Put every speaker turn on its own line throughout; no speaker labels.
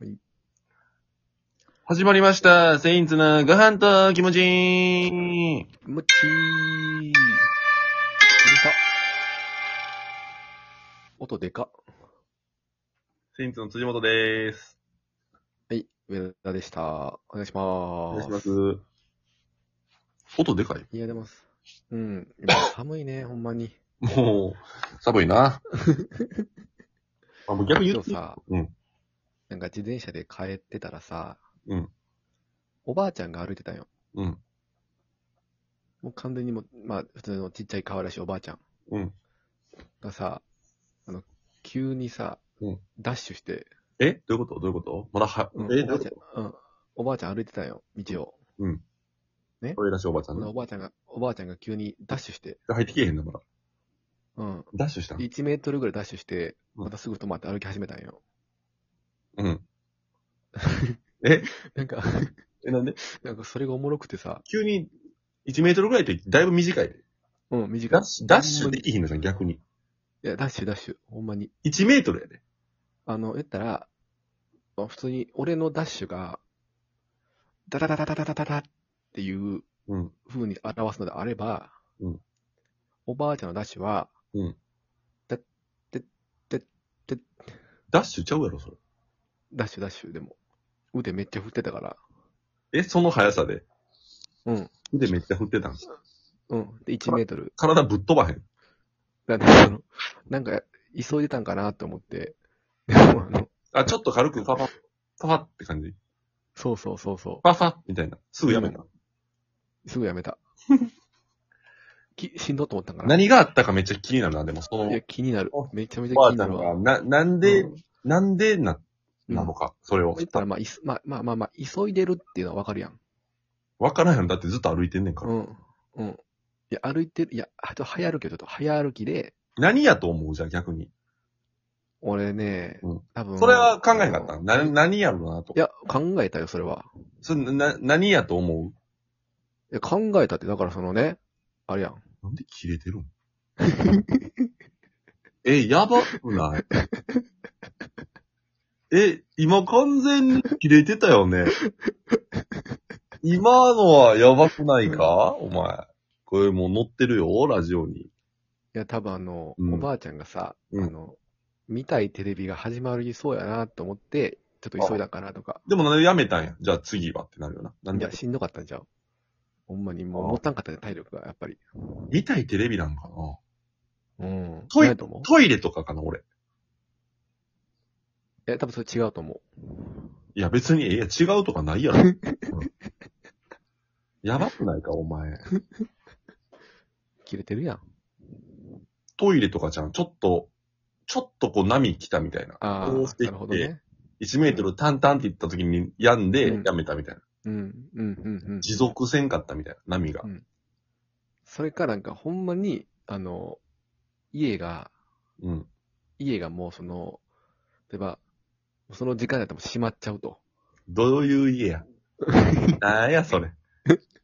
はい
始まりました。セインツのご飯と気持ちいい。
もっちー。うるさ。音でか。
セインツの辻本でーす。
はい、上田でした。お願いし
お
ま
願い
す。
します。音でかい
いや、出ます。うん。今寒いね、ほんまに。
もう、寒いな。あ、もう逆に言
今
って
日。さ、
うん
なんか自転車で帰ってたらさ、
うん
おばあちゃんが歩いてたんよ。
うん。
もう完全にもう、まあ、普通のちっちゃい可愛らしいおばあちゃん
うん。
がさ、あの、急にさ、
うん
ダッシュして、
えどういうことどういうことまだは、
うん
え
お
ど
ば
う
あ
い
ち
うこ
ゃん、うん。おばあちゃん歩いてたんよ、道を。
とこれらしいおばあちゃん
ほな
の
お。ばあちゃんが、おばあちゃんが急にダッシュして、
入ってきえへんのまだ。
うん。
ダッシュしたん
1メートルぐらいダッシュして、
うん
またすぐ止まって歩き始めたんよ。
うん。
なんか、
え、なんで
なんかそれがおもろくてさ、
急に1メートルぐらいってだいぶ短いで。
うん、短い。
ダッシュ、ダッシュできひんのじゃん、逆に。
いや、ダッシュ、ダッシュ。ほんまに。
1メートルやで。
あの、言ったら、まあ普通に俺のダッシュが、ダダダダダダダダダっていう
うん。
風に表すのであれば、
うん
おばあちゃんのダッシュは、
うん
だってってって
ダッシュちゃうやろ、それ。
ダッシュダッシュでも、腕めっちゃ振ってたから、
え、その速さで。
うん。
腕めっちゃ振ってたん
うん。で、1メートル。
体ぶっ飛ばへん。
なんか、そのなんか急いでたんかなと思って、でもあの、
あ、ちょっと軽くパパッ、パパッって感じ。
そうそうそうそ
パパッみたいな。すぐやめた。
う、すぐやめた。 きしんどっと思ったんかな。
何があったかめっちゃ気になるな、でも、その
い、や、気になる
お。
めちゃめちゃ
お
気
ばあ
に
ち
な
ゃ
る
ん
わ。
が、な、なんで、
うん
なんでな、
うん
なのか、それを
言。ったら、まあ、いすまあ、まあ、まあ、まあ、急いでるっていうのはわかるやん。
わからへんのだってずっと歩いてんねんから。
うん。うん。いや、歩いてる、いや、あちょっと早歩きをちょっと早歩きで、
何やと思うじゃあ、逆に。
俺ね、
うん
多分。
それは考えなかった。
うん
な、
い
何やろうな、と。
や、考えたよ、それは。
それな、何やと思う
いや、考えたって、だからそのね、あれやん。
なんで切れ てるんえ、やばくないえ、今完全に切れてたよね。今のはやばくないかお前。これもう乗ってるよ、ラジオに。
いや、多分あの、
うん
おばあちゃんがさ、
うん
あの、見たいテレビが始まりそうやなと思って、ちょっと急いだんかなとか。
でもなんでやめたんや。じゃあ次はってなるよな。なん
い
で
や、しんどかったんちゃう。ほんまに、もう、
あ
持たんかったね、体力が、やっぱり。
見たいテレビなんか
う
な
ん。
ト
な
イレ
いと思う
トイレとかかな、俺。
いや、多分それ違うと思う。
いや、別に、いや、違うとかない やろ。うんやばくないか、お前。
切れてるやん。
トイレとかじゃん。ちょっと、ちょっとこう波来たみたいな。
あ
こうし
あ、
て
な
き
るほど
て、
ね。
1メートルタンタンっていった時に病んで
うん、
やめたみたいな。
うん、うん、うん、うん。
持続せんかったみたいな、波が
うん。それかなんか、ほんまに、あの、家が、
うん。
家がもうその、例えば、その時間だったらもう閉まっちゃうと。
どういう家 や。なんや、それ。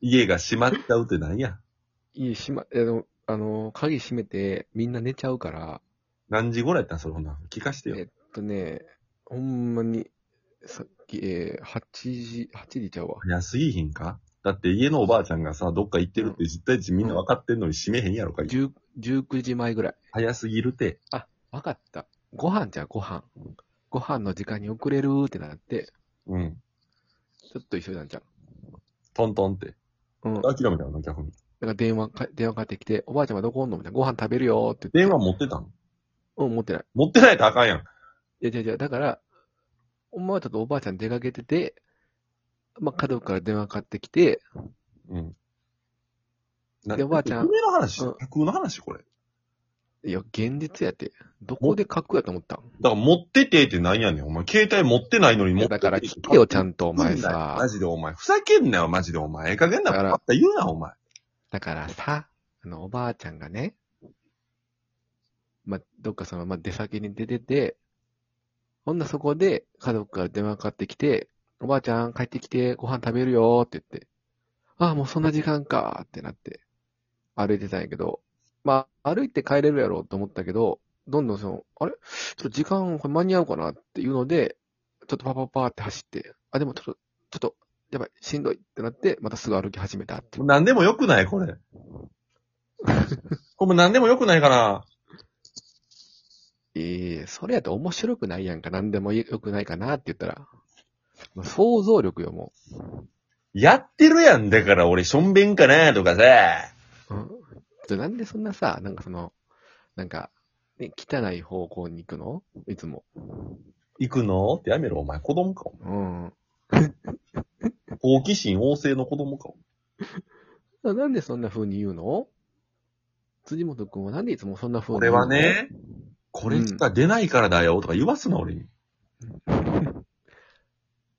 家が閉まっちゃうってなんや。
家閉ま、あの、あの、鍵閉めてみんな寝ちゃうから、
何時頃やったんそれ、ほんな。聞かしてよ
え。えっとね、ほんまに、さっき、えー、8時、8時ちゃうわ。
早すぎひんかだって家のおばあちゃんがさ、どっか行ってるって実態値みんな分かってんのに閉めへんやろか。
10 19時前ぐらい。
早すぎるて。
わかった。ご飯じゃご飯。ご飯の時間に遅れるってなって、
うん。
ちょっと急いだんじゃん。
トントンって。
うん。
諦めたの、逆に。
だから電話か、電話かかってきて、おばあちゃんはどこおんのみたいな、ご飯食べるよーって言
電
って。
話持ってたの
うん、持ってない。
持ってないとあかんやん。
いや、いやいや、だから、お前はちょっとおばあちゃん出かけてて、まあ、家族から電話かかってきて、
うん。な
でおばあちゃん
夢の話、
うん
架空の話、これ。
いや、現実やって。どこで書くやと思ったん
だから持っててってなんやねん。お前、携帯持ってないのに
い
持っ
や
てて
だから聞けよ、ちゃ
んと。
んと、お
お
前
前さ。マ
さ。
ジでお前。ふざけんなよ、マジでお前。ええ加減な
だから
ばっか言うな、お前。
だからさ、あの、おばあちゃんがね、まあ、どっかその、まあ、出先に出てて、ほんなそこで家族から電話かかってきて、おばあちゃん帰ってきてご飯食べるよーって言って、ああ、もうそんな時間かーってなって、歩いてたんやけど、まあ、歩いて帰れるやろうと思ったけど、どんどんその、あれちょっと時間これ間に合うかなっていうので、ちょっとパパパーって走って、あ、でもちょっと、ちょっと、やばい、しんどいってなって、またすぐ歩き始めたって。
何でもよくな いこれ。これ何でもよくないかな。
ええそれやと面白くないやんか、なんでもよくないかなって言ったら。まあ想像力よ、も
やってるやん。だから俺、しょんべんかなとかさ。
う。うん。じゃあなんでそんなさ、なんかその、なんか、ね、汚い方向に行くのいつも。
行くのってやめろ。お前、子供か。お
うん。
前好奇心旺盛の子供か。お
ななんでそんな風に言うの辻本くんはなんでいつもそんな風
前
に
俺
言うの
は。ね、これしか出ないからだよとか言わすな、俺に。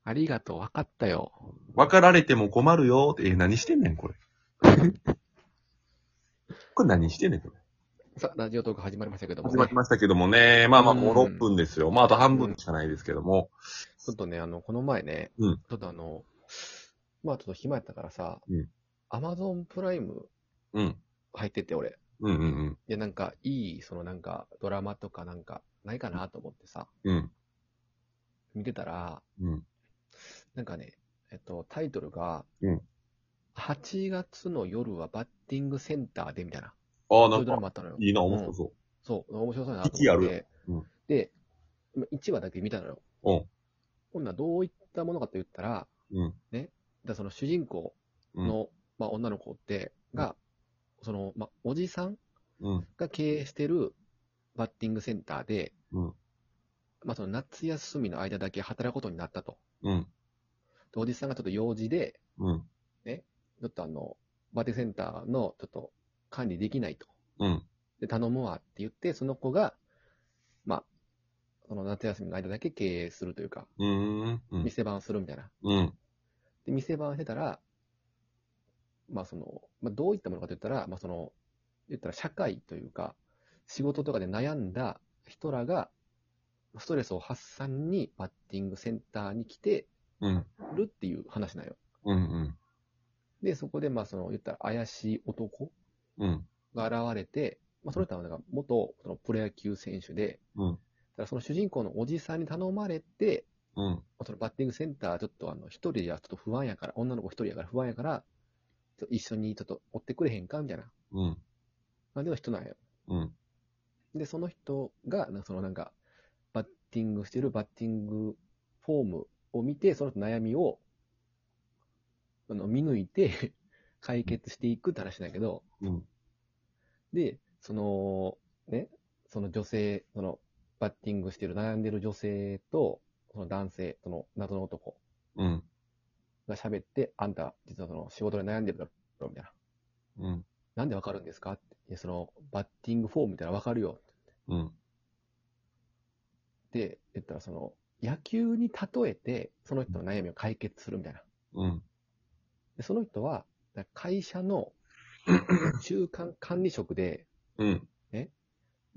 ありがとう、わかったよ。
分かられても困るよって、え、何してんねん、これ。 これ何してんねん、これ。
さあ、ラジオトーク始まりましたけども、
始
ね。
まりましたけどもね。まあまあ、もう
うん
6分ですよ。まあ、あと半分しかないですけども。
ちょっとね、あの、この前ね、
うん
ちょっとあの、まあちょっと暇やったからさ、
うん
アマゾンプライム
うん。
入ってて、俺。
うんうん
で、なんか、いい、そのなんか、ドラマとかなんか、ないかなと思ってさ、
うん。うん。
見てたら、
うん。
なんかね、えっと、タイトルが、
うん
8月の夜はバッティングセンターでみたいな、そ
ああ、
う
ない
うんドラ
か、
マあったのよ。
いいな、面白そう。
そう、面白そうやなと
息あ
思っ
る
て。
うん
で、今1話だけ見たのよ。
うん。
ほんならどういったものかと言ったら、
うん。
だからその主人公の、まあ、女の子って、が、その、まあ、おじさん
うん。
が経営してるバッティングセンターで、
うん
まあ、その夏休みの間だけ働くことになったと。
うん。
でおじさんがちょっと用事で、
うん。
ちょっとあの、バッティングセンターのちょっと管理できないと。
うん。
で、頼むわって言って、その子が、まあ、その夏休みの間だけ経営するというか、
うん。うん。
店番するみたいな。
うん。
で、店番してたら、まあその、まあどういったものかといったら、まあその、言ったら社会というか、仕事とかで悩んだ人らが、ストレスを発散にバッティングセンターに来て
うん。
るっていう話なんよ。
うん。
で、そこでまあその、言ったら怪しい男
うん。
が現れて、まあその人はなんか元そのプロ野球選手で、
うん
だからその主人公のおじさんに頼まれて、
うん。
そのバッティングセンター、ちょっとあの、一人ではちょっと不安やから、女の子一人やから不安やから、ちょっと一緒にちょっと追ってくれへんかみたいな
うん。
感じの人なんよ。
うん。
で、その人が、なそのなんか、バッティングしてるバッティングフォームを見て、その人の悩みを、あの、見抜いて、 解決していくって話なんやけど、
うん。
で、その、ね、その女性、その、バッティングしてる悩んでる女性と、その男性、その謎の男、
うん。
が喋って、あんた、実はその仕事で悩んでるだろ、みたいな。
うん。
なんでわかるんですかって。いや、その、バッティングフォームみたいなわかるよ。
うん。
って言ったら、その、野球に例えて、その人の悩みを解決するみたいな。
うん。
で、その人は、会社 の中間管理職で、
うん。
で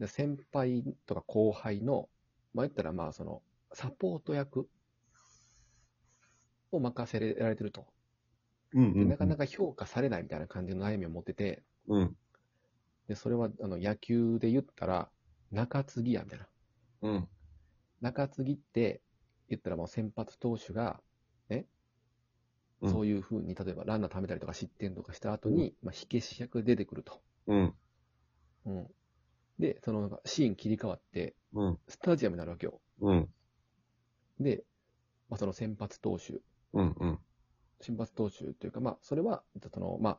先輩とか後輩の、まあ言ったらまあその、サポート役を任せられてると。
うん。
でなかなか
か。
評価されないみたいな感じの悩みを持ってて、
うん。
で、それは、あの、野球で言ったら、中継ぎや、みたいな。
うん。
中継ぎって、言ったらもう先発投手が、ね、
うん
そういう風に、例えばランナー貯めたりとか失点とかした後に、まあ、火消し役で出てくると。
うん。
うん。で、そのなんかシーン切り替わって、
うん。
スタジアムになるわけよ。
うん。
で、まあ、その先発投手、
うん。うん。
先発投手というか、まあ、それは、その、まあ、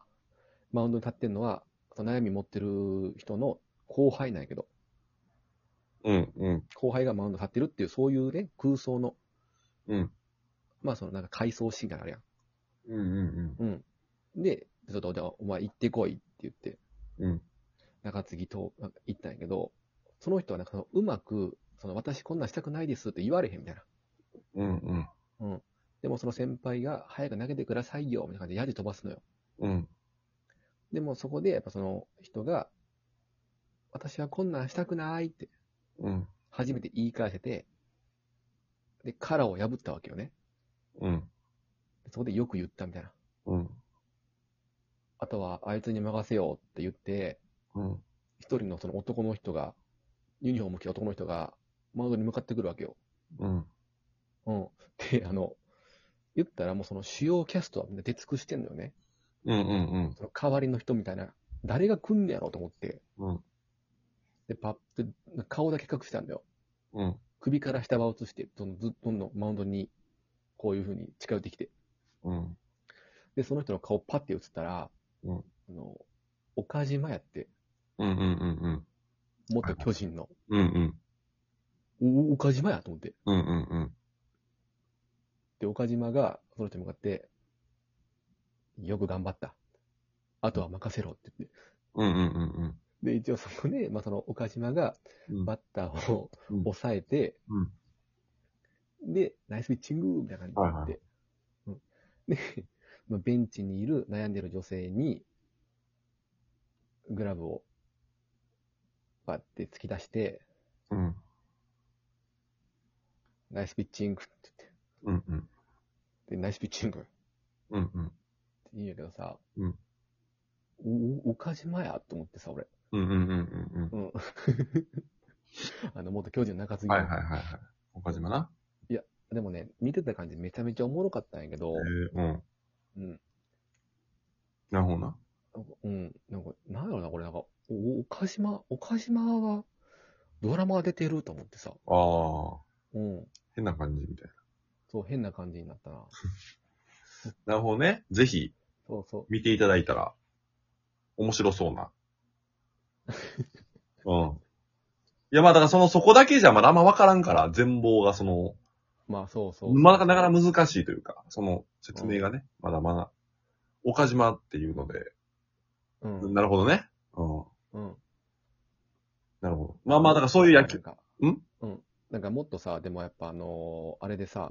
マウンドに立ってるのは、その悩み持ってる人の後輩なんやけど、
うん。うん。
後輩がマウンドに立ってるっていう、そういうね、空想の
うん。
まあそのなんか回想シーンがあるやん。
うん。
うん。で、ちょっとじゃあお前行ってこいって言って、
うん。
中継ぎとなんか行ったんやけど、その人はなんかそのうまく、その私こんなんしたくないですって言われへんみたいな。
うん。うん。
うん。でもその先輩が早く投げてくださいよみたいな感じでやじ飛ばすのよ。
うん。
でもそこでやっぱその人が、私はこんなんしたくないって
うん。
初めて言い返せて、で、殻を破ったわけよね。
うん。
そこでよく言ったみたいな。
うん。
あとはあいつに任せようって言って、
うん。
一人のその男の人が、ユニフォーム着た男の人が、マウンドに向かってくるわけよ。
うん。
うん。で、あの、言ったらもうその主要キャストはみんな出尽くしてんのよね。
うんうん
その代わりの人みたいな。誰が来んねやろうと思って。
うん
で、パッて、顔だけ隠したんだよ。
うん。うん。
首から下は映して、どんどんどんどんマウンドに、こういう風に近寄ってきて。
うん。
で、その人の顔パッて映ったら、
うん
あの、岡島やって、
うんうんうん
元巨人の。
うん。うんうん。
お、岡島やと思って。
うんうんうん。
で、岡島が、その人に向かって、よく頑張った。あとは任せろって言って。
うんうんうん
で、一応そこで、まあ、その岡島が
うん。
バッターを
うん
抑えて、
うん
で、ナイスピッチングみたいな感じになって、うんで、まあ、ベンチにいる悩んでる女性に、グラブを、バッて突き出して、
うん
ナイスピッチングって言っ
うんうん。
て、で、ナイスピッチングって
うんうん。
言うんやけどさ、
うん
お、お岡島やと思ってさ、俺。
うんうんうんう
う
ん
ん。 あの、元巨人の中継ぎ
うん。
の
はいはいはいはい。岡島な。
でもね、見てた感じめちゃめちゃおもろかったんやけど、
えー、うん。
うん。
なるほどな。
なんかうん。なんか、なんやろな、これ、なんか、お、岡島、岡島は、ドラマが出てると思ってさ、
ああ、
うん。
変な感じみたいな。
そう、変な感じになったな。
なるほどね。ぜひ
そうそ
見ていただいたら、面白そう な。うん。いや、まあだからその、そこだけじゃ、まだあんまわからんから、全貌がそ
う。
の、
まあ、そうそう
まだなかなか難しいというか、その説明がね、まだまだ、岡島っていうので、
うん。
なるほどね。うん。
うん。
なるほど。まあまあ、だからそういう野球
なんか
ん
うん。なんかもっとさ、でもやっぱあのーあれでさ、